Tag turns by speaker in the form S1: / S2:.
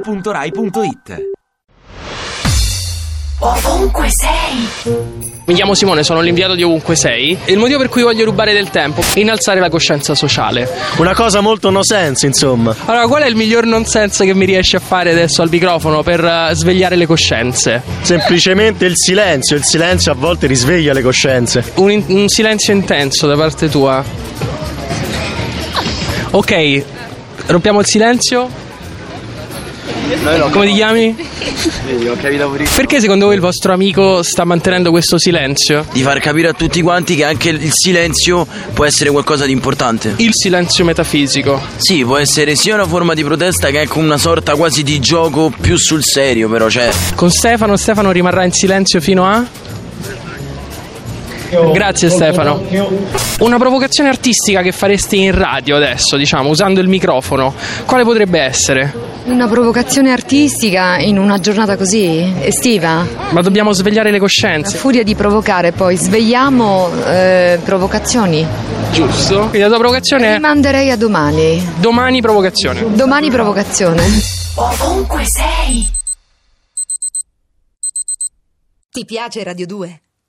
S1: radio2pod.rai.it
S2: Ovunque sei,
S3: Mi chiamo Simone, sono l'inviato di Ovunque Sei e il motivo per cui voglio rubare del tempo è innalzare la coscienza sociale.
S4: Una cosa molto no sense, insomma.
S3: Allora, qual è il miglior nonsense che mi riesci a fare adesso al microfono per eh, svegliare le coscienze?
S4: Semplicemente il silenzio. Il silenzio a volte risveglia le coscienze.
S3: Un, in- un silenzio intenso da parte tua. Ok, rompiamo il silenzio. Come ti chiami? Perché secondo voi il vostro amico sta mantenendo questo silenzio?
S5: di far capire a tutti quanti che anche il silenzio può essere qualcosa di importante.
S3: Il silenzio metafisico.
S5: Sì, può essere sia una forma di protesta che anche una sorta quasi di gioco più sul serio, però, cioè.
S3: Con Stefano, Stefano rimarrà in silenzio fino a... Grazie Stefano. Una provocazione artistica che faresti in radio adesso, diciamo, usando il microfono, quale potrebbe essere?
S6: Una provocazione artistica in una giornata così estiva?
S3: Ma dobbiamo svegliare le
S6: A
S3: coscienze.
S6: furia di provocare poi svegliamo eh, provocazioni.
S3: Giusto. Quindi la tua provocazione è
S6: Rimanderei a domani.
S3: domani provocazione.
S6: Domani provocazione.
S2: ovunque sei.
S7: Ti piace Radio 2?